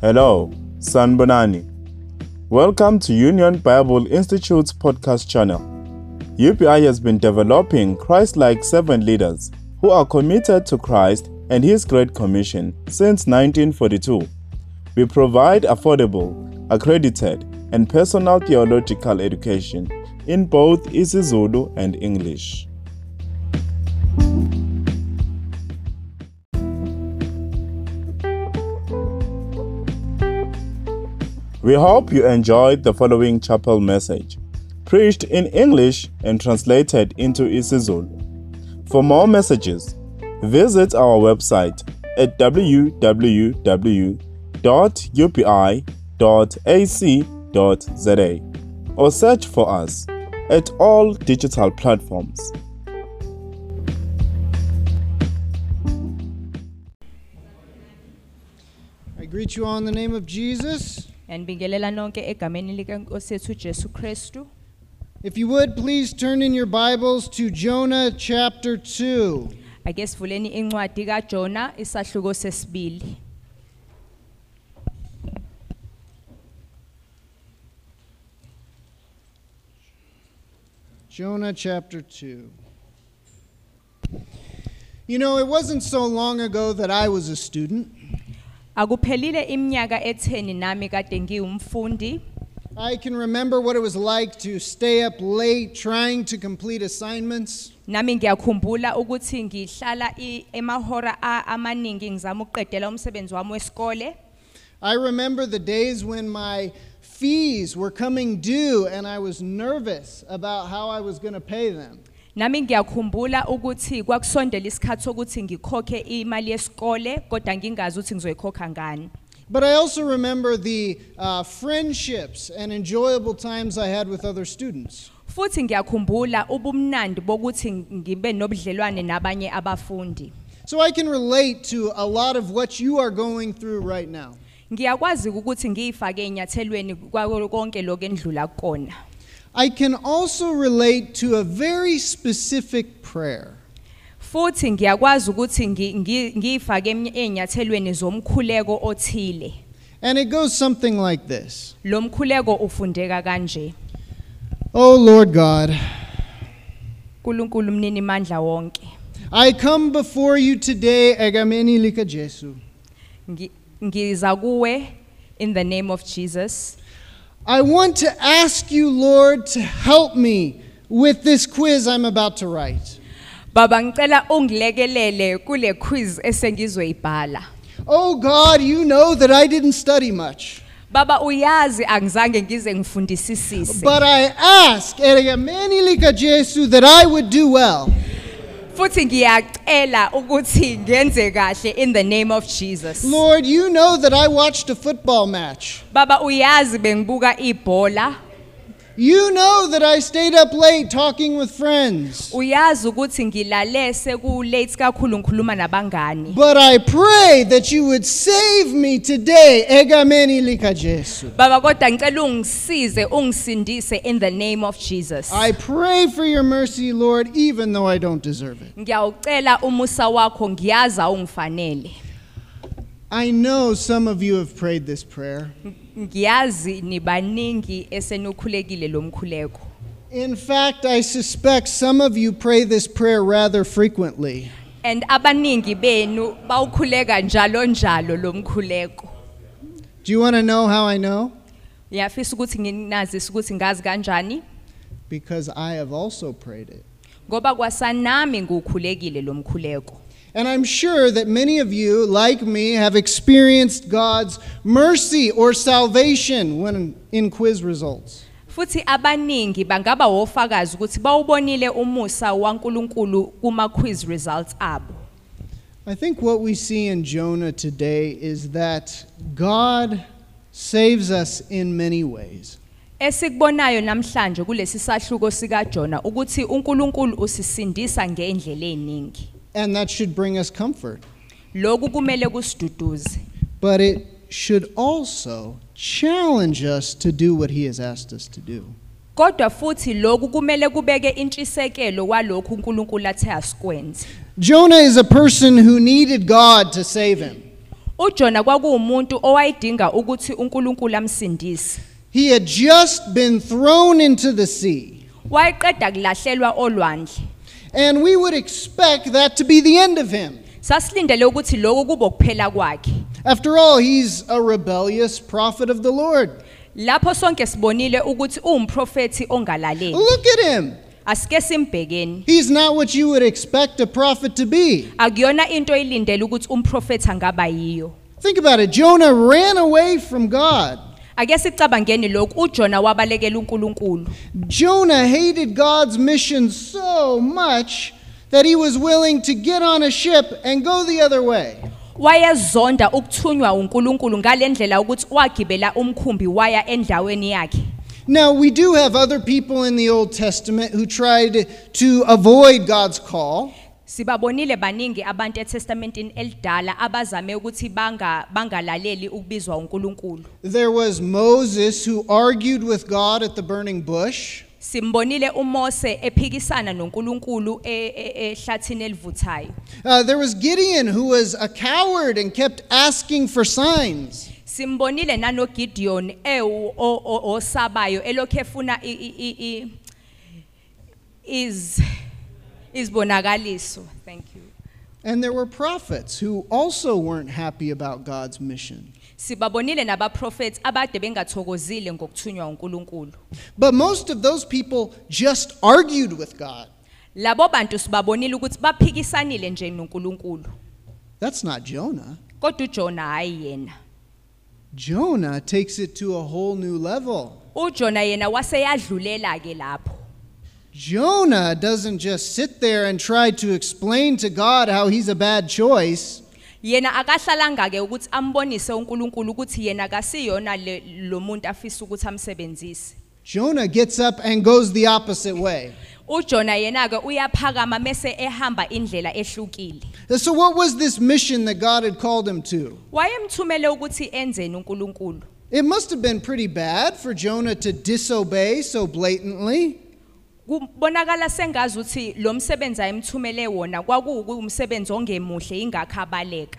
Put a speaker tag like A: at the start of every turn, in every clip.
A: Hello, Sanbonani. Welcome to Union Bible Institute's podcast channel. UBI has been developing Christ like servant leaders who are committed to Christ and His Great Commission since 1942. We provide affordable, accredited, and personal theological education in both isiZulu and English. We hope you enjoyed the following chapel message, preached in English and translated into isiZulu. For more messages, visit our website at www.upi.ac.za or search for us at all digital platforms.
B: I greet you all in the name of Jesus.
C: Andibingelela nonke egameni likaNkosi ethu Jesu Kristu.
B: If you would, please turn in your Bibles to Jonah chapter 2.
C: Ake sivuleni incwadi kaJona isahluko sesibili.
B: Jonah chapter 2. You know, it wasn't so long ago that I was a student.
C: Akuphelile iminyaka etheni nami kade ngiyumfundi.
B: I can remember what it was like to stay up late trying to complete assignments.
C: Nami ngiyakhumbula ukuthi ngihlala i- emahora a- amaningi ngizama ukuqedela umsebenzi wami wesikole.
B: I remember the days when my fees were coming due and I was nervous about how I was going to pay them.
C: Nami ngiyakhumbula ukuthi kwakusondela isikhathi sokuthi ngikhokhe imali yesikole kodwa ngingazi ukuthi ngizoyikhokha ngani.
B: But I also remember the uh, friendships and enjoyable times I had with other students.
C: futhi ngiyakhumbula ubumnandi bokuthi ngibe nobudlelwane nabanye abafundi
B: So I can relate to a lot of what you are going through right now.
C: ngiyakwazi ukuthi ngiyifake enyathelweni kwako konke lokho endlula kukona
B: I can also relate to a very specific prayer.
C: futhi ngiyakwazi ukuthi ngi- ngi- ngiyifake emny- ey'nyathelweni zomkhuleko othile
B: And it goes something like this
C: lo mkhuleko ufundeka kanje
B: Oh Lord God,
C: nkulunkulu mnini mandla wonke
B: I come before you today, Egameni Lika Jesu.
C: Ngi- ngiza kuwe in the name of jesus
B: I want to ask you, Lord, to help me with this quiz I'm about to write.
C: baba ngicela ungilekelele kule quiz esengizoyibhala
B: Oh God, you know that I didn't study much.
C: Baba uyazi angizange ngize ngifundisisise
B: But I ask, Egameni Lika Jesu, that I would do well.
C: futhi ngiyacela ukuthi ngenze kahle in the name of Jesus
B: Lord, you know that I watched a football match.
C: Baba uyazi bengibuka ibhola
B: You know that I stayed up late talking with friends.
C: uyazi ukuthi ngilale seku late kakhulu ngikhuluma nabangani
B: But I pray that you would save me today, Egameni Lika Jesu.
C: Baba kodwa ngicela ungisize ungisindise in the name of Jesus
B: I pray for your mercy, Lord, even though I don't deserve it.
C: ngiyawucela umusa wakho ngiyazi awungifanele
B: I know some of you have prayed this prayer.
C: ngiyazi nibaningi esenukhulekile lo mkhuleko
B: In fact, I suspect some of you pray this prayer rather frequently.
C: and abaningi benu bawukhuleka njalo njalo lo mkhuleko
B: Do you want to know how I know?
C: ngiyafisa ukuthi nginazise ukuthi ngazi kanjani
B: Because I have also prayed it.
C: ngoba kwasanami ngukhulekile lo mkhuleko
B: And I'm sure that many of you, like me, have experienced God's mercy or salvation when in quiz results.
C: futhi abaningi bangaba wofakazi ukuthi bawubonile umusa waNkuluNkulu kuma quiz results abo
B: I think what we see in Jonah today is that God saves us in many ways.
C: esikubonayo namhlanje kulesi sahluko sikaJona ukuthi uNkulunkulu usisindisa ngeendlela eziningi
B: And that should bring us comfort.
C: lokhu kumele kusiduduze
B: But it should also challenge us to do what He has asked us to do.
C: kodwa futhi lokhu kumele kubeke intshisekelo walokhu uNkulunkulu athe asikwenze
B: Jonah is a person who needed God to save him.
C: uJona kwakuwumuntu owayedinga ukuthi uNkulunkulu amsindise.
B: He had just been thrown into the sea.
C: Wayeqeda kulahlelwa olwandle.
B: And we would expect that to be the end of him.
C: Sasilindele ukuthi lokhu kube kuphela kwakhe.
B: After all, he's a rebellious prophet of the Lord.
C: Lapho sonke sibonile ukuthi uwumprofeti ongalaleli.
B: Look at him.
C: Asike simbhekeni.
B: He's not what you would expect a prophet to be.
C: Akuyona into ilindele ukuthi umprofeti angaba yiyo.
B: Think about it Jonah ran away from God.
C: Ake sicabangeni lokhu uJona wabalekela uNkulunkulu.
B: Jonah hated God's mission so much that he was willing to get on a ship and go the other way.
C: Wayezonda ukuthunywa uNkulunkulu ngalendlela ukuthi wagibela umkhumbi waya endaweni yakhe.
B: Now, we do have other people in the Old Testament who tried to avoid God's call.
C: Sibabonile baningi abantu eTestamentini elidala abazame ukuthi banga bangalaleli ukubizwa uNkulunkulu.
B: There was Moses who argued with God at the burning bush.
C: Simbonile uMose ephikisana noNkulunkulu e- e- ehlathini elivuthayo.
B: Uh, there was Gideon who was a coward and kept asking for signs.
C: Simbonile nanoGideon ewu o- o- osabayo elokhe efuna i- i- i- i- iz izibonakaliso. Thank you.
B: And there were prophets who also weren't happy about God's mission.
C: Sibabonile nabaprofeti abade bengathokozile ngokuthunywa uNkulunkulu.
B: But most of those people just argued with God.
C: Labo bantu sibabonile ukuthi baphikisanile nje noNkulunkulu.
B: That's not Jonah.
C: Kodwa uJona hayi yena.
B: Jonah takes it to a whole new level.
C: uJona yena waseyadlulela ke lapho.
B: Jonah doesn't just sit there and try to explain to God how he's a bad choice.
C: Yena akahlalanga ke ukuthi ambonise uNkulunkulu ukuthi yena kasiyona le- lo muntu afisa ukuthi amsebenzise.
B: Jonah gets up and goes the opposite way.
C: uJona yena ke uyaphakama mese ehamba indlela ehlukile.
B: So, what was this mission that God had called him to?
C: Wayemthumele ukuthi enzeni uNkulunkulu.
B: It must have been pretty bad for Jonah to disobey so blatantly.
C: Kubonakala sengazi ukuthi lo msebenzi ayemthumele wona kwakuwumsebenzi ongemuhle ingakhabaleka.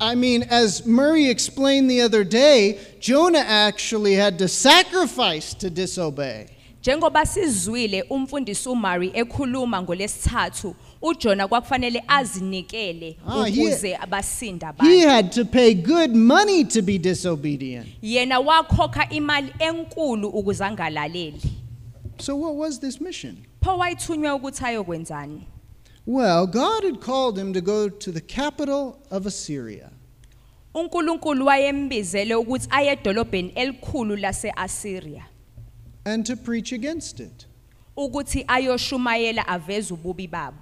B: I mean, as Murray explained the other day, Jonah actually had to sacrifice to disobey.
C: Njengoba sizwile umfundisi uMary ekhuluma ngolesithathu, uJona kwakufanele azinikele
B: Ah, he-
C: ukuze abasinde
B: He
C: abantu.
B: had to pay good money to be disobedient.
C: Yena wakhokha imali enkulu ukuze angalaleli.
B: So, what was this mission?
C: Pho wayithunywe ukuthi ayokwenzani?
B: Well, God had called him to go to the capital of Assyria.
C: uNkulunkulu wayembizele ukuthi aye edolobheni elikhulu laseAsiria
B: and to preach against it.
C: ukuthi ayoshumayela aveze ububi babo.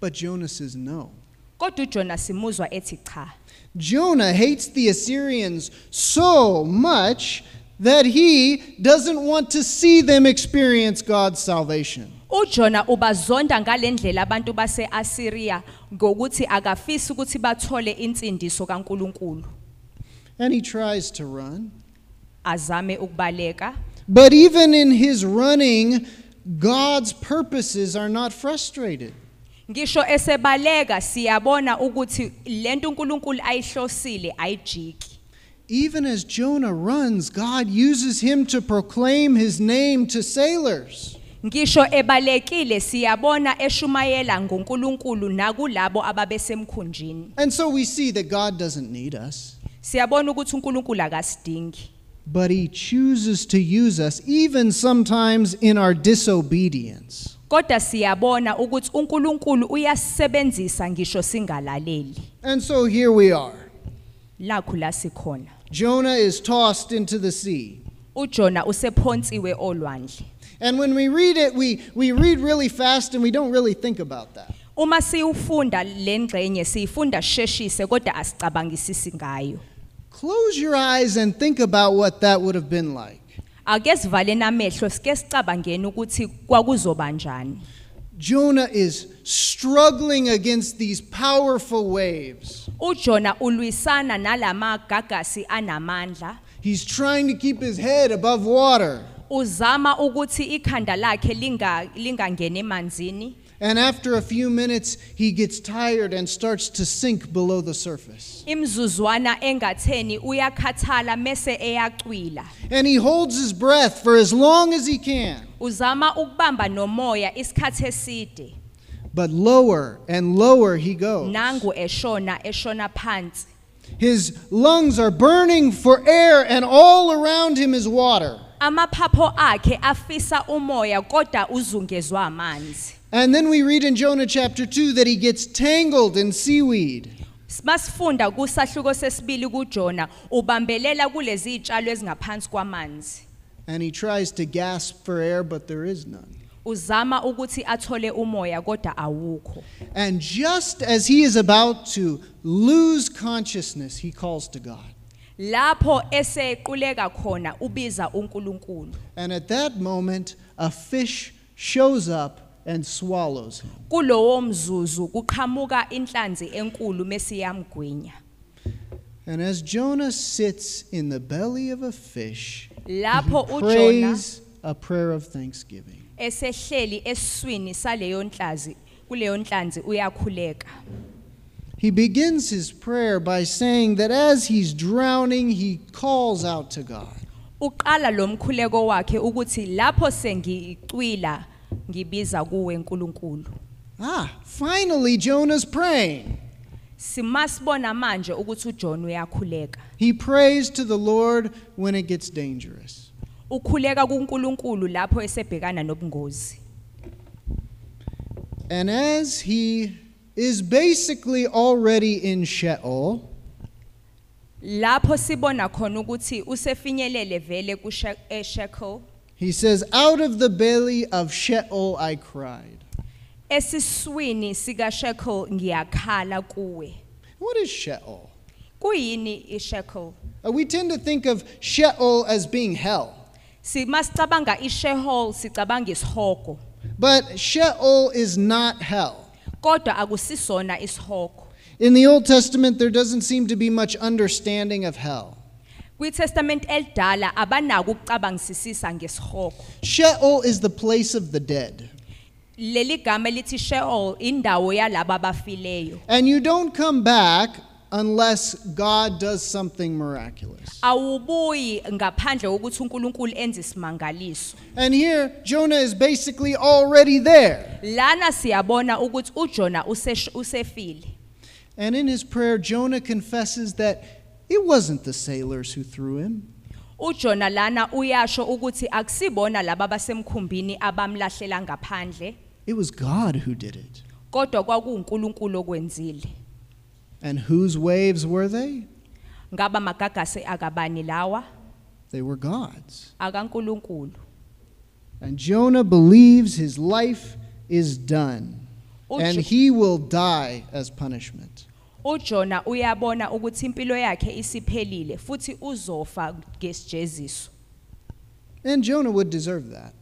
B: But Jonah says no.
C: Kodwa uJona simuzwa ethi cha.
B: Jonah hates the Assyrians so much that he doesn't want to see them experience God's salvation.
C: uJona ubazonda ngalendlela abantu baseAsiria ngokuthi akafisi ukuthi bathole insindiso kaNkuluNkulu
B: And he tries to run.
C: azame ukubaleka
B: But even in his running, God's purposes are not frustrated.
C: ngisho esebaleka siyabona ukuthi lento uNkulunkulu ayihlosile ayijiki
B: Even as Jonah runs, God uses him to proclaim his name to sailors.
C: ngisho ebalekile siyabona eshumayela ngoNkulunkulu nakulabo ababesemkhunjini
B: And so we see that God doesn't need us.
C: siyabona ukuthi uNkulunkulu akasidingi
B: But he chooses to use us, even sometimes in our disobedience.
C: kodwa siyabona ukuthi uNkulunkulu uyasebenzisa ngisho singalaleli
B: And so here we are.
C: lakho la sikhona
B: Jonah is tossed into the sea.
C: uJona usephonsiwe olwandle
B: And when we read it, we, we read really fast and we don't really think about that.
C: uma siyufunda lengcenye siyifunda sheshise kodwa asicabangisisi ngayo
B: Close your eyes and think about what that would have been like.
C: ake sivale namehlo sike sicabangeni ukuthi kwakuzoba njani
B: Jonah is struggling against these powerful waves.
C: uJona ulwisana nalamagagasi anamandla
B: He's trying to keep his head above water.
C: uzama ukuthi ikhanda lakhe linga- lingangeni emanzini
B: And after a few minutes, he gets tired and starts to sink below the surface.
C: imzuzwana engatheni uyakhathala mese eyacwila
B: And he holds his breath for as long as he can.
C: uzama ukubamba nomoya isikhathi eside
B: But lower and lower he goes.
C: nangu eshona eshona phansi
B: His lungs are burning for air, and all around him is water.
C: amaphapho akhe afisa umoya kodwa uzungezwa amanzi
B: And then we read in Jonah chapter 2 that he gets tangled in seaweed.
C: masifunda kusahluko sesibili kuJona ubambelela kulezi zitshalo ezingaphansi kwamanzi
B: And he tries to gasp for air, but there is none.
C: uzama ukuthi athole umoya kodwa awukho
B: And just as he is about to lose consciousness, he calls to God.
C: lapho esequleka khona ubiza uNkulunkulu
B: And at that moment, a fish shows up and swallows him.
C: kulowo mzuzu kuqhamuka inhlanzi enkulu mesiyamgwinya
B: And as Jonah sits in the belly of a fish,
C: lapho uJona
B: prays a prayer of thanksgiving.
C: esehleli esiswini saleyo nhlazi kuleyo nhlanzi uyakhuleka
B: He begins his prayer by saying that as he's drowning, he calls out to God.
C: uqala lo mkhuleko wakhe ukuthi lapho sengicwila ngibiza kuwe nkulunkulu
B: Ah, finally, Jonah's praying.
C: simasibona manje ukuthi uJohn uyakhuleka
B: He prays to the Lord when it gets dangerous.
C: ukhuleka kuNkulunkulu lapho esebhekana nobungozi
B: And as he is basically already in Sheol,
C: lapho sibona khona ukuthi usefinyelele vele kuShekel
B: he says, Out of the belly of Sheol I cried.
C: esiswini sikaShekel ngiyakhala kuwe
B: What is Sheol?
C: kuyini iShekel
B: Uh, we tend to think of Sheol as being hell,
C: simasicabanga iSheol sicabanga isihogo
B: but Sheol is not hell.
C: kodwa akusisona isihogo
B: In the Old Testament, there doesn't seem to be much understanding of hell.
C: kwiTestament elidala abanako ukucabangisisisa ngesihogo
B: Sheol is the place of the dead.
C: leli gama elithi Sheol indawo yalabo abafileyo
B: And you don't come back unless God does something miraculous.
C: awubuyi ngaphandle kokuthi uNkulunkulu enze isimangaliso
B: And here, Jonah is basically already there.
C: lana siyabona ukuthi uJona usesh- usefile
B: And in his prayer, Jonah confesses that it wasn't the sailors who threw him,
C: uJona lana uyasho ukuthi akusibona laba basemkhumbini abamlahlela ngaphandle
B: it was God who did it.
C: kodwa kwakuuNkulunkulu okwenzile
B: And whose waves were they?
C: ngaba magagase akabani lawa
B: They were God's.
C: akaNkulunkulu
B: And Jonah believes his life is done.
C: Ujo-
B: and he will die as punishment.
C: uJona uyabona ukuthi impilo yakhe isiphelile futhi uzofa ngesijeziso
B: And Jonah would deserve that.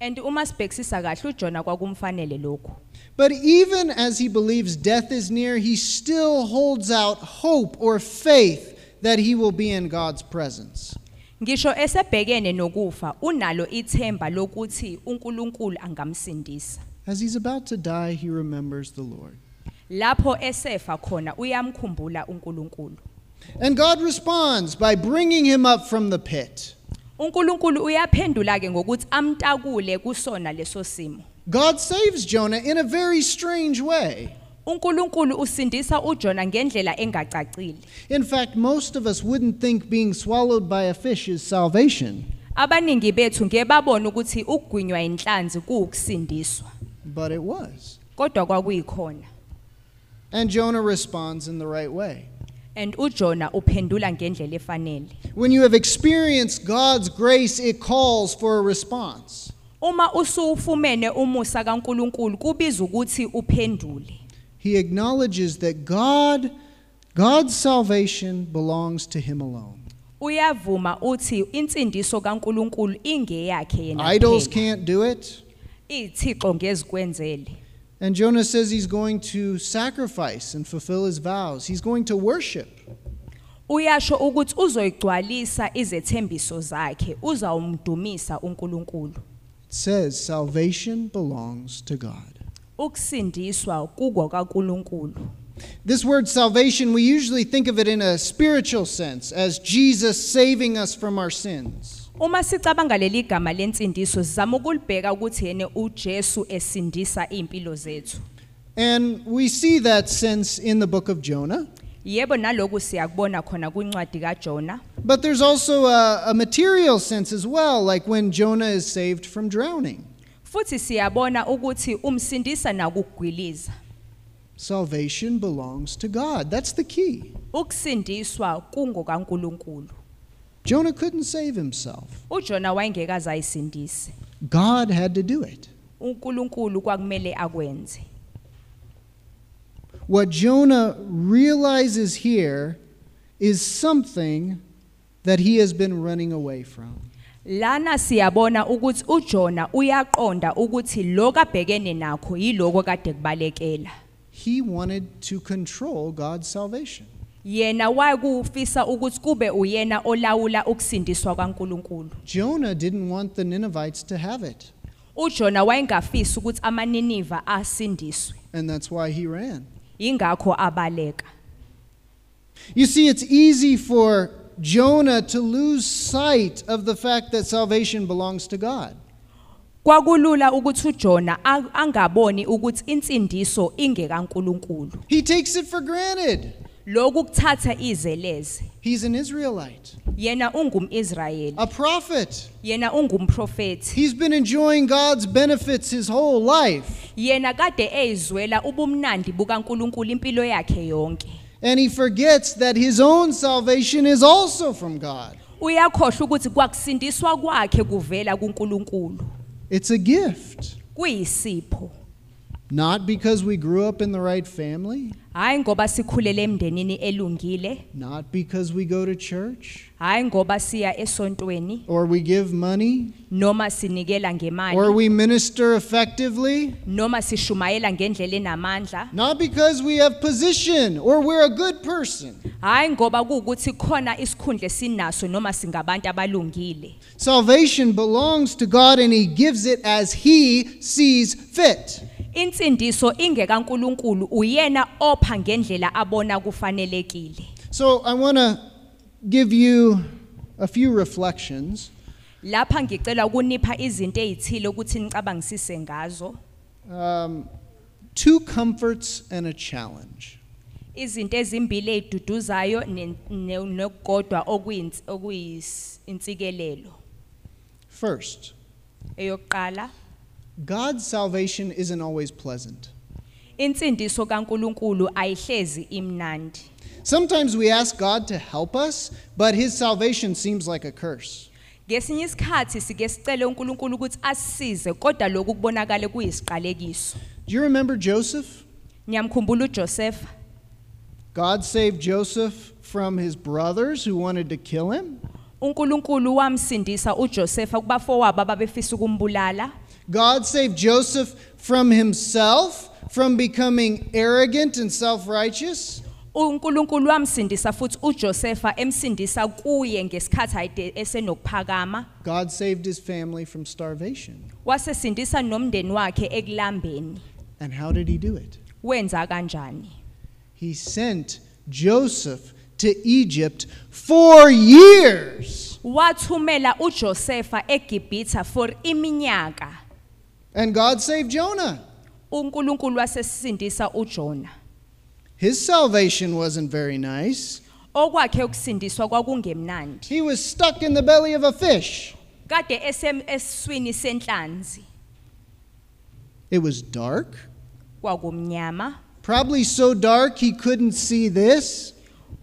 C: and uma sibhekisisa kahle uJona kwakumfanele lokho
B: But even as he believes death is near, he still holds out hope or faith that he will be in God's presence.
C: Ngisho esebhekene nokufa unalo ithemba lokuthi uNkulunkulu angamsindisa.
B: As he's about to die, he remembers the Lord.
C: Lapho esefa khona uyamkhumbula uNkulunkulu.
B: And God responds by bringing him up from the pit.
C: uNkulunkulu uyaphendula ke ngokuthi amtakule kusona leso simo.
B: God saves Jonah in a very strange way.
C: uNkulunkulu usindisa uJona ngendlela engacacile.
B: In fact, most of us wouldn't think being swallowed by a fish is salvation,
C: Abaningi bethu ngebabona ukuthi ugwinywa inhlanzi kuukusindiswa,
B: but it was.
C: kodwa kwakuyikhona.
B: And Jonah responds in the right way.
C: And uJona uphendula ngendlela efanele.
B: When you have experienced God's grace, it calls for a response.
C: Uma usufumene umusa kaNkuluNkulu kubiza ukuthi uphendule.
B: He acknowledges that God, God's salvation belongs to Him alone.
C: Uyavuma uthi insindiso kaNkuluNkulu ingeyakhe yena.
B: Idols
C: kuphela.
B: can't do it.
C: Ithixo ngezikwenzele.
B: And Jonah says he's going to sacrifice and fulfill his vows. He's going to worship.
C: Uyasho ukuthi uzoyigcwalisa izethembiso zakhe, uzawumdumisa uNkuluNkulu.
B: It says salvation belongs to God.
C: ukusindiswa kuko kaNkuluNkulu
B: This word salvation, we usually think of it in a spiritual sense as Jesus saving us from our sins.
C: uma sicabanga leli gama lensindiso sizama ukulibheka ukuthi yena uJesu esindisa impilo zethu
B: And we see that sense in the book of Jonah.
C: yebo naloku siyakubona khona kwincwadi kaJona
B: But there's also a, a material sense as well, like when Jonah is saved from drowning.
C: futhi siyabona ukuthi umsindisa nakugwiliza
B: Salvation belongs to God. That's the key.
C: ukusindiswa kungo kaNkuluNkulu
B: Jonah couldn't save himself,
C: uJona wayengeke azayisindise
B: God had to do it.
C: uNkulunkulu kwakumele akwenze
B: What Jonah realizes here is something that he has been running away from.
C: lana siyabona ukuthi uJona uyaqonda ukuthi lokho abhekene nakho yiloko kade kubalekela
B: He wanted to control God's salvation.
C: yena wakufisa ukuthi kube uyena olawula ukusindiswa kaNkuluNkulu
B: Jonah didn't want the Ninevites to have it,
C: uJona wayengafisi ukuthi amaNiniva asindiswe
B: and that's why he ran.
C: ingakho abaleka
B: You see, it's easy for Jonah to lose sight of the fact that salvation belongs to God.
C: kwakulula ukuthi uJona a- angaboni ukuthi insindiso ingekaNkuluNkulu
B: He takes it for granted.
C: loku kuthatha izeleze
B: He's an Israelite,
C: yena ungumIsrayeli
B: a prophet.
C: yena ungumprofeti
B: He's been enjoying God's benefits his whole life,
C: yena kade ezwela ubumnandi bukaNkuluNkulu impilo yakhe yonke
B: and he forgets that his own salvation is also from God.
C: uyakhohlwa ukuthi kwakusindiswa kwakhe kuvela kuNkuluNkulu
B: It's a gift,
C: kuyisipho
B: not because we grew up in the right family,
C: hayi ngoba sikhulele emndenini elungile
B: not because we go to church
C: hayi ngoba siya esontweni
B: or we give money
C: noma sinikela ngemali
B: or we minister effectively.
C: noma sishumayela ngendlela enamandla
B: Not because we have position or we're a good person.
C: hayi ngoba kuwukuthi khona isikhundla sinaso noma singabantu abalungile
B: Salvation belongs to God and He gives it as He sees fit.
C: insindiso ingekaNkuluNkulu uyena opha ngendlela abona kufanelekile
B: So I want to give you a few reflections.
C: lapha ngicela ukunipha izinto ezithile ukuthi nicabangisise ngazo
B: Um, two comforts and a challenge.
C: izinto ezimbili eziduduzayo ne- ne- nokugodwa okuyins- okuyinsikelelo
B: First,
C: eyokuqala
B: God's salvation isn't always pleasant.
C: insindiso kaNkuluNkulu ayihlezi imnandi
B: Sometimes we ask God to help us, but His salvation seems like a curse.
C: ngesinye isikhathi sike sicele uNkulunkulu ukuthi asisize kodwa lokhu kubonakale kuyisiqalekiso
B: Do you remember Joseph?
C: ngiyamkhumbula uJoseph
B: God saved Joseph from his brothers who wanted to kill him.
C: uNkulunkulu wamsindisa uJoseph kubafowabo ababefisa ukumbulala
B: God saved Joseph from himself, from becoming arrogant and self righteous.
C: uNkulunkulu wamsindisa futhi uJosepha emsindisa kuye ngesikhathi ayide esenokuphakama
B: God saved his family from starvation.
C: wasesindisa nomndeni wakhe ekulambeni
B: And how did he do it?
C: wenza kanjani
B: He sent Joseph to Egypt for years.
C: wathumela uJosepha eGibhitha for iminyaka
B: And God saved Jonah.
C: uNkulunkulu wasesindisa uJona
B: His salvation wasn't very nice.
C: okwakhe ukusindiswa kwakungemnandi
B: He was stuck in the belly of a fish.
C: kade esem- esiswini senhlanzi
B: It was dark,
C: kwakumnyama
B: probably so dark he couldn't see this.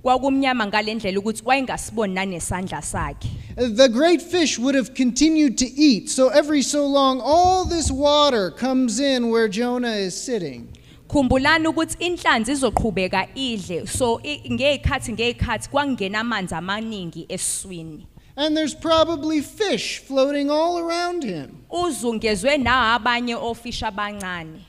C: kwakumnyama ngalendlela ukuthi wayengasiboni nanesandla sakhe
B: The great fish would have continued to eat, so every so long, all this water comes in where Jonah is sitting.
C: khumbulani ukuthi inhlanzi izoqhubeka idle so i- ngey'khathi ngey'khathi kwakungena amanzi amaningi esiswini
B: And there's probably fish floating all around him.
C: uzungezwe nabanye ofisha abancane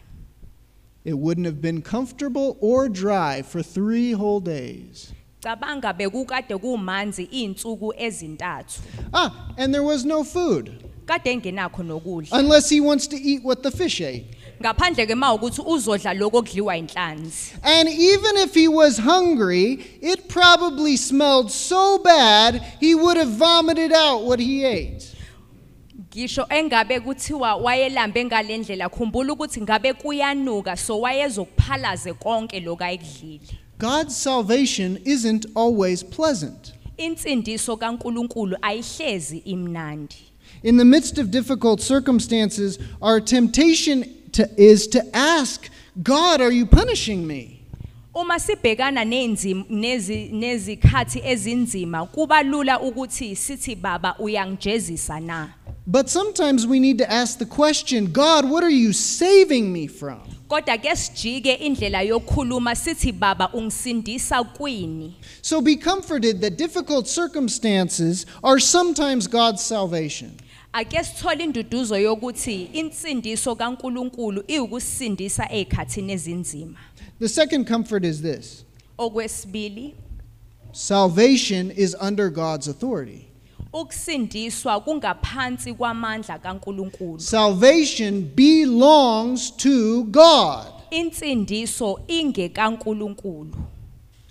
B: It wouldn't have been comfortable or dry for three whole days.
C: cabanga bekukade kumanzi iy'nsuku ezintathu
B: Ah, and there was no food,
C: kade engenakho nokudla
B: unless he wants to eat what the fish ate.
C: ngaphandle ke mawukuthi uzodla lokho okudliwa inhlanzi
B: And even if he was hungry, it probably smelled so bad he would have vomited out what he ate.
C: ngisho engabe kuthiwa wayelambe ngalendlela khumbula ukuthi ngabe kuyanuka so wayezokuphalaze konke lokho ayekudlile
B: God's salvation isn't always pleasant.
C: insindiso kaNkuluNkulu ayihlezi imnandi
B: In the midst of difficult circumstances, our temptation to, is to ask, God, are you punishing me?
C: uma sibhekana nenzima nezi nezikhathi ezinzima kuba lula ukuthi sithi baba uyangijezisa na
B: But sometimes we need to ask the question, God, what are you saving me from?
C: kodwa ke sijike indlela yokukhuluma sithi baba ungisindisa kwini
B: So be comforted that difficult circumstances are sometimes God's salvation.
C: ake sithole induduzo yokuthi insindiso kaNkuluNkulu iukusindisa ezikhathini ezinzima
B: The second comfort is this
C: okwesibili
B: salvation is under God's authority.
C: ukusindiswa kungaphansi kwamandla kaNkuluNkulu
B: Salvation belongs to God,
C: insindiso ingekaNkuluNkulu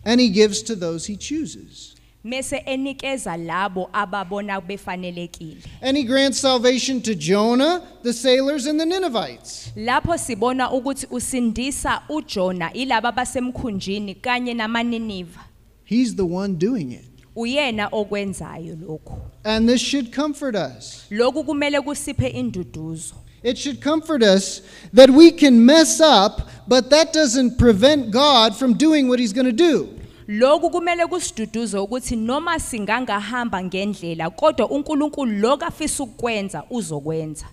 B: and He gives to those He chooses.
C: mese enikeza labo ababona befanelekile
B: And He grants salvation to Jonah, the sailors, and the Ninevites.
C: lapho sibona ukuthi usindisa uJona ilaba basemkhunjini kanye namaNiniva
B: He's the one doing it.
C: uyena okwenzayo lokhu
B: And this should comfort us.
C: lokhu kumele kusiphe induduzo
B: It should comfort us that we can mess up, but that doesn't prevent God from doing what He's going to do.
C: lokhu kumele kusiduduze ukuthi noma singangahamba ngendlela kodwa uNkulunkulu lokho afisa ukukwenza uzokwenza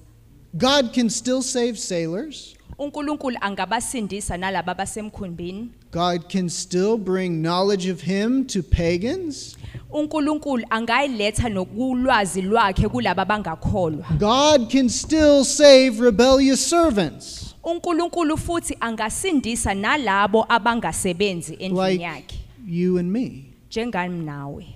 B: God can still save sailors.
C: uNkulunkulu angabasindisa nalabo basemkhumbini
B: God can still bring knowledge of Him to pagans.
C: uNkulunkulu angayiletha nokulwazi lwakhe kulabo abangakholwa
B: God can still save rebellious servants
C: uNkulunkulu futhi angasindisa nalabo abangasebenzi endlini
B: like
C: yakhe
B: you and me
C: njengami nawe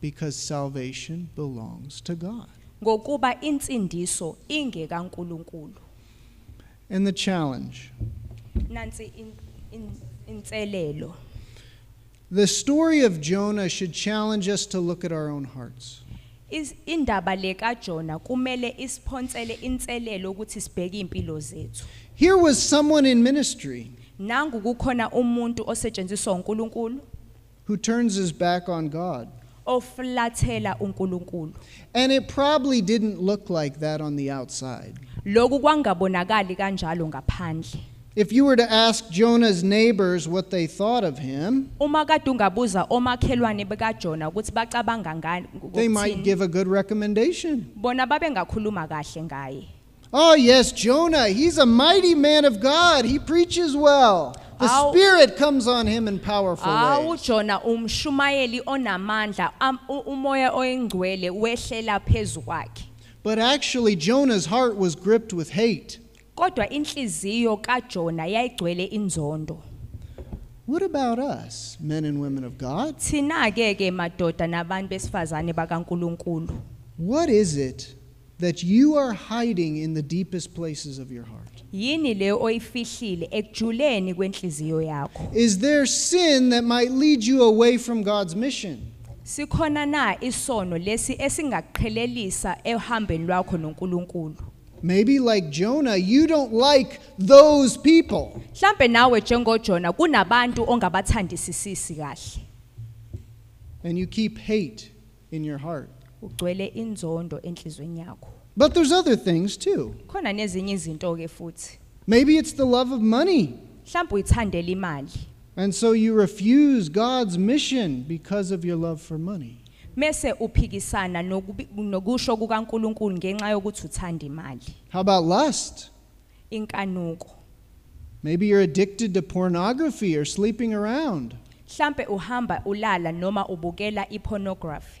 B: because salvation belongs to God.
C: ngokuba insindiso ingekaNkulunkulu
B: And the challenge
C: nansi in- in- inselelo
B: the story of Jonah should challenge us to look at our own hearts.
C: Is- indaba lekaJona kumele isiphonsele inselelo ukuthi sibheke impilo zethu
B: Here was someone in ministry
C: nangu kukhona umuntu osetshenziswa uNkulunkulu
B: who turns his back on God.
C: oflathela uNkulunkulu
B: And it probably didn't look like that on the outside.
C: loku kwangabonakali kanjalo ngaphandle
B: If you were to ask Jonah's neighbors what they thought of him,
C: uma kade ungabuza omakhelwane bekaJona ukuthi bacabanga ngani
B: they might
C: ngokuthini,
B: give a good recommendation.
C: bona babengakhuluma kahle ngaye
B: Oh, yes, Jonah, he's a mighty man of God. He preaches well. The
C: Ow.
B: Spirit comes on him in powerful
C: hawu
B: ways.
C: jona umshumayeli onamandla am- u- umoya oyingcwele wehlela phezu kwakhe
B: But actually, Jonah's heart was gripped with hate.
C: kodwa inhliziyo kajona yayigcwele inzondo
B: What about us, men and women of God?
C: thina-ke ke madoda nabantu besifazane bakankulunkulu
B: What is it that you are hiding in the deepest places of your heart?
C: yini leyo oyifihlile ekujuleni kwenhliziyo yakho
B: Is there sin that might lead you away from God's mission?
C: sikhona na isono lesi esingakuqhelelisa ehambeni lwakho nonkulunkulu
B: Maybe, like Jonah, you don't like those people.
C: mhlampe nawe njengojona kunabantu ongabathandisisisi kahle
B: And you keep hate in your heart.
C: ugcwele inzondo enhlizweni yakho
B: But there's other things too.
C: khona nezinye izinto ke futhi
B: Maybe it's the love of money.
C: mhlawumbe uyithandela imali
B: And so you refuse God's mission because of your love for money.
C: mese uphikisana nokubi- nokusho kukaNkuluNkulu ngenxa yokuthi uthanda imali
B: How about lust?
C: inkanuko
B: Maybe you're addicted to pornography or sleeping around.
C: mhlambe uhamba ulala noma ubukela ipornography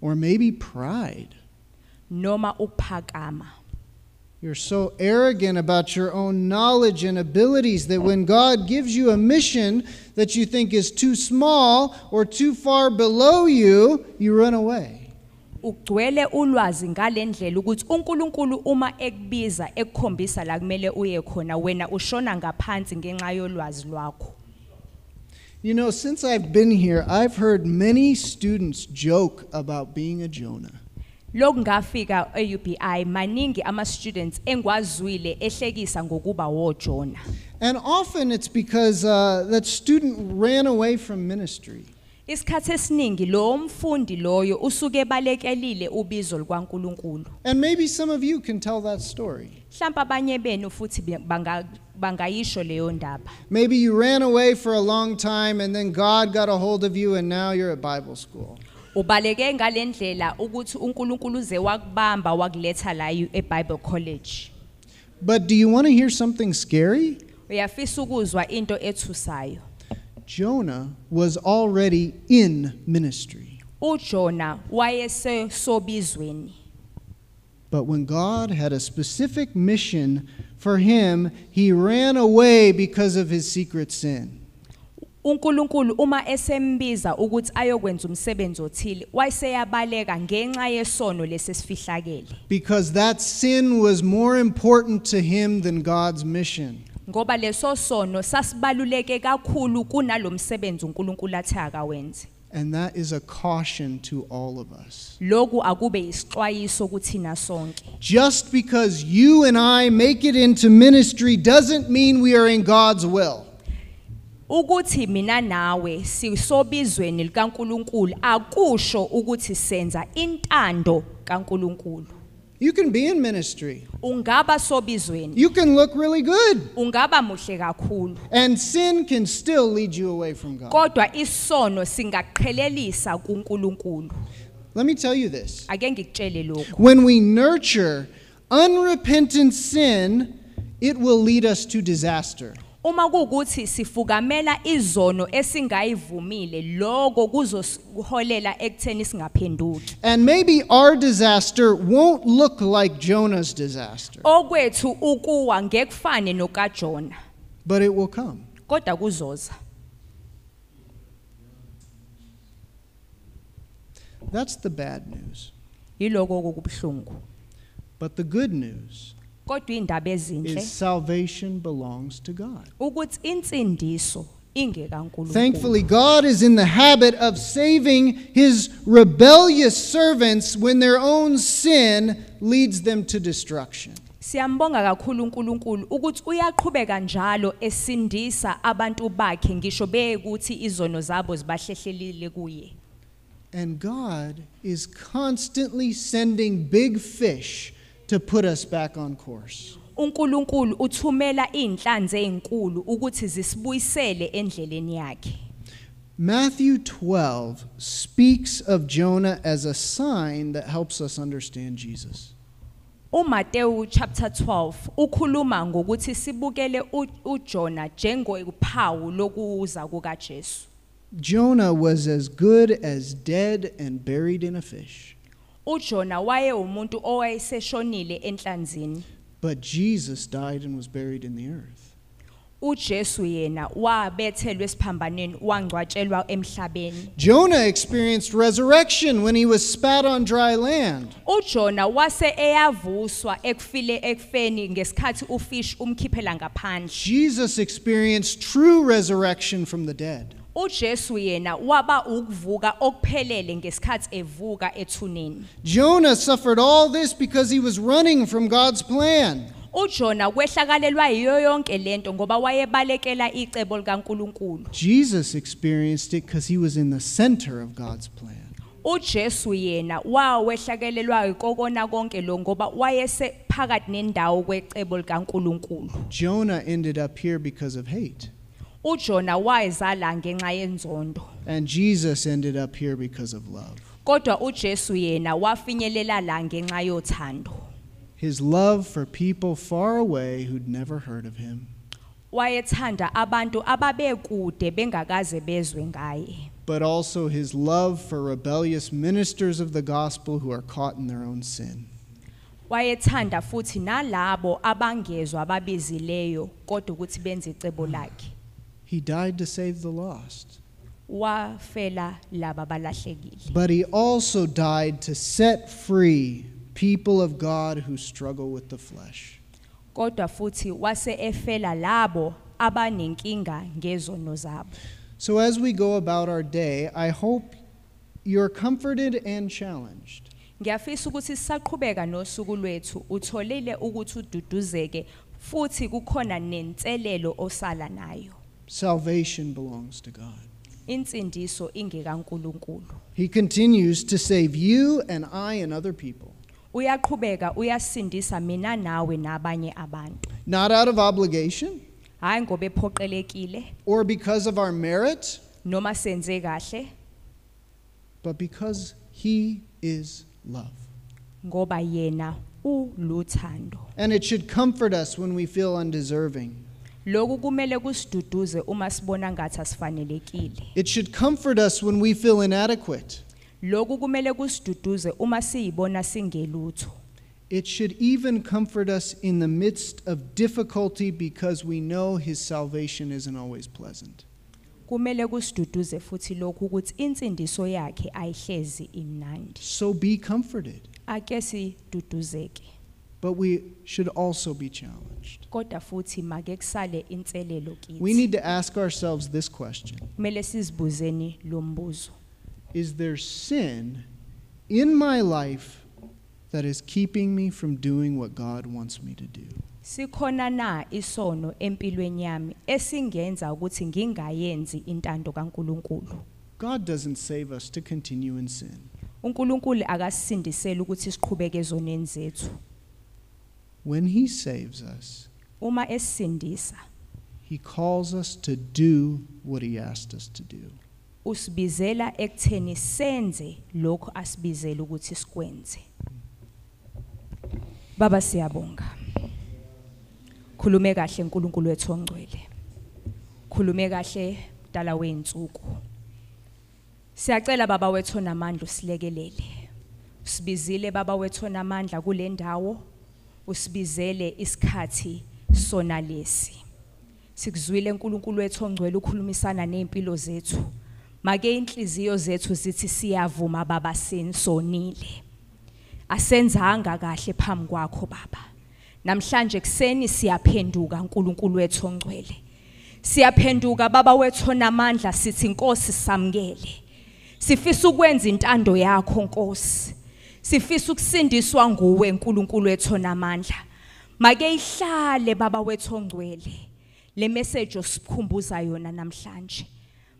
B: Or maybe pride.
C: noma uphakama
B: You're so arrogant about your own knowledge and abilities that when God gives you a mission that you think is too small or too far below you, you run away.
C: ugcwele ulwazi ngalendlela ukuthi uNkulunkulu uma ekubiza ekukhombisa la kumele uye khona wena ushona ngaphansi ngenxa yolwazi lwakho
B: You know, since I've been here, I've heard many students joke about being a Jonah.
C: lokungafika e-UBI maningi ama students engwazwile ehlekisa ngokuba woJona
B: And often it's because uh, that student ran away from ministry.
C: isikhathi esiningi lo mfundi loyo usuke ebalekelile ubizo likaNkuluNkulu
B: And maybe some of you can tell that story.
C: mhlawumbe abanye benu futhi be- banga- bangayisho leyo ndaba
B: Maybe you ran away for a long time and then God got a hold of you and now you're at Bible school.
C: ubaleke ngalendlela ukuthi uNkulunkulu uze wakubamba wakuletha la e- eBible College
B: But do you want to hear something scary?
C: uyafisa ukuzwa into ethusayo
B: Jonah was already in ministry.
C: uJona wayesesobizweni
B: But when God had a specific mission for him, he ran away because of his secret sin.
C: uNkulunkulu uma esembiza ukuthi ayokwenza umsebenzi othile wayeseyabaleka ngenxa yesono lesesifihlakele
B: Because that sin was more important to him than God's mission.
C: ngoba leso sono sasibaluleke kakhulu kunalomsebenzi uNkulunkulu athe akawenze
B: And that is a caution to all of us.
C: loku akube isixwayiso kuthina sonke
B: Just because you and I make it into ministry doesn't mean we are in God's will.
C: ukuthi mina nawe sisobizweni likaNkuluNkulu akusho ukuthi senza intando kaNkuluNkulu
B: You can be in ministry,
C: ungaba sobizweni
B: you can look really good,
C: ungaba muhle kakhulu
B: and sin can still lead you away from God.
C: kodwa isono singaqhelelisa kuNkulunkulu
B: Let me tell you this
C: ake ngikutshele lokhu
B: when we nurture unrepentant sin, it will lead us to disaster.
C: uma kuwukuthi sifukamela izono esingayivumile loko kuzoholela ekutheni singaphenduki
B: And maybe our disaster won't look like Jonah's disaster,
C: okwethu ukuwa ngekufane nokaJona
B: but it will come.
C: kodwa kuzoza
B: That's the bad news.
C: yiloko okubhlungu
B: But the good news
C: kodwa indaba ezinhle
B: is salvation belongs to God.
C: ukuthi insindiso ingekaNkulunkulu
B: Thankfully, God is in the habit of saving his rebellious servants when their own sin leads them to destruction.
C: siyambonga kakhulu uNkulunkulu ukuthi uyaqhubeka njalo esindisa abantu bakhe ngisho bekuthi izono zabo zibahlehlelile kuye
B: And God is constantly sending big fish to put us back on course.
C: uNkulunkulu uthumela inhlanzi ezinkulu ukuthi zisibuyisele endleleni yakhe
B: Matthew 12 speaks of Jonah as a sign that helps us understand Jesus.
C: uMateyu chapter 12 ukhuluma ngokuthi sibukele u- uJona njengophawu lokuza kukaJesu
B: Jonah was as good as dead and buried in a fish,
C: uJona waye umuntu owayeseshonile enhlanzini
B: but Jesus died and was buried in the earth.
C: uJesu yena wabethelwe esiphambanweni wangcwatshelwa emhlabeni
B: Jonah experienced resurrection when he was spat on dry land,
C: uJona wase eyavuswa ekufile ekufeni ngesikhathi ufish umkhiphela ngaphandle
B: Jesus experienced true resurrection from the dead.
C: uJesu yena waba ukuvuka okuphelele ngesikhathi evuka ethuneni
B: Jonah suffered all this because he was running from God's plan.
C: uJona kwehlakalelwa yiyo yonke lento ngoba wayebalekela icebo likaNkuluNkulu
B: Jesus experienced it because he was in the center of God's plan.
C: uJesu yena wawehlakalelwa ikokona konke lo ngoba wayese phakathi nendawo kwecebo likaNkuluNkulu
B: Jonah ended up here because of hate,
C: uJona wayezala ngenxa yenzondo
B: and Jesus ended up here because of love.
C: kodwa uJesu yena wafinyelela la ngenxa yothando
B: His love for people far away who'd never heard of him,
C: wayethanda abantu ababekude bengakaze bezwe ngaye
B: but also his love for rebellious ministers of the gospel who are caught in their own sin.
C: wayethanda futhi nalabo abangezwa ababizileyo kodwa ukuthi benze icebo lakhe
B: He died to save the lost.
C: wafela laba balahlekile
B: But he also died to set free people of God who struggle with the flesh.
C: kodwa futhi wase efela labo abanenkinga ngezono zabo
B: So as we go about our day, I hope you're comforted and challenged.
C: ngiyafisa ukuthi sisaqhubeka nosuku lwethu utholile ukuthi ududuzeke futhi kukhona nenselelo osala nayo
B: Salvation belongs to God.
C: insindiso ingekaNkuluNkulu
B: He continues to save you and I and other people,
C: uyaqhubeka uyasindisa mina nawe nabanye abantu
B: not out of obligation
C: hayi ngoba ephoqelekile
B: or because of our merit,
C: noma senze kahle
B: but because He is love.
C: ngoba yena uluthando
B: And it should comfort us when we feel undeserving.
C: loku kumele kusiduduze uma sibona ngathi asifanelekile
B: It should comfort us when we feel inadequate.
C: loku kumele kusiduduze uma siyibona singelutho
B: It should even comfort us in the midst of difficulty because we know His salvation isn't always pleasant.
C: kumele kusiduduze futhi lokhu ukuthi insindiso yakhe ayihlezi imnandi
B: So be comforted,
C: ake siduduzeke
B: but we should also be challenged.
C: kodwa futhi make kusale inselelo
B: We
C: kithi
B: need to ask ourselves this question
C: kumele sizibuzeni lo mbuzo
B: Is there sin in my life that is keeping me from doing what God wants me to do?
C: sikhona na isono empilweni yami esingenza ukuthi ngingayenzi intando kaNkuluNkulu
B: God doesn't save us to continue in sin.
C: uNkulunkulu akasindisela ukuthi siqhubeke ezoneni zethu
B: When He saves us,
C: uma esindisa
B: He calls us to do what He asked us to do.
C: usibizela ekutheni senze lokho asibizela ukuthi sikwenze Baba siyabonga Khulume kahle uNkulunkulu wethu ongcwele Khulume kahle dala weinsuku Siyacela baba wethu namandla usilekelele Usibizile baba wethu namandla kule ndawo usibizele isikhathi sona lesi sikuzwile uNkulunkulu wethu ongcwele ukhulumisana nezimpilo zethu make inhliziyo zethu zithi siyavuma baba sinsonile asenzanga kahle phambi kwakho baba namhlanje kuseni siyaphenduka uNkulunkulu wethu ongcwele siyaphenduka baba wethu namandla sithi inkosi samukele sifisa ukwenza intando yakho nkosi sifisa ukusindiswa nguwe uNkulunkulu wethu namandla make ihlale baba wethu ongcwele le message osikhumbuza yona namhlanje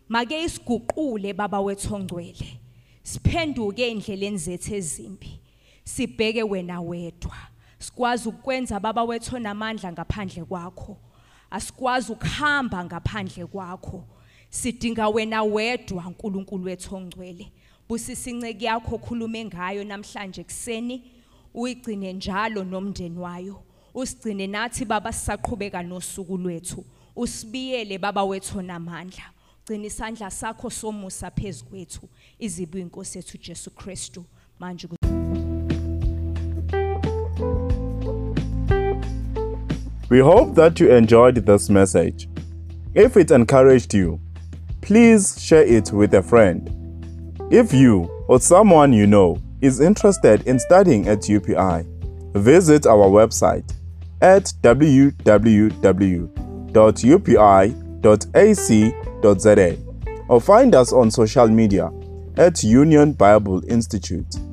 C: make isiguqule baba wethu ongcwele siphenduke endleleni zethu ezimbi sibheke wena wedwa sikwazi ukwenza baba wethu namandla ngaphandle kwakho asikwazi ukuhamba ngaphandle kwakho sidinga wena wedwa nkulunkulu wethu ongcwele busisinceke yakho khulume ngayo namhlanje kuseni uyigcine njalo nomndeni wayo usigcine nathi baba sisaqhubeka nosuku lwethu usibiyele baba wethu namandla gcina isandla sakho somusa phezu kwethu izibu inkosi yethu Jesu Kristu manje ku-
A: We hope that you enjoyed this message. If it encouraged you, please share it with a friend. If you or someone you know is interested in studying at UPI, visit our website at www.upi.ac.za or find us on social media at Union Bible Institute.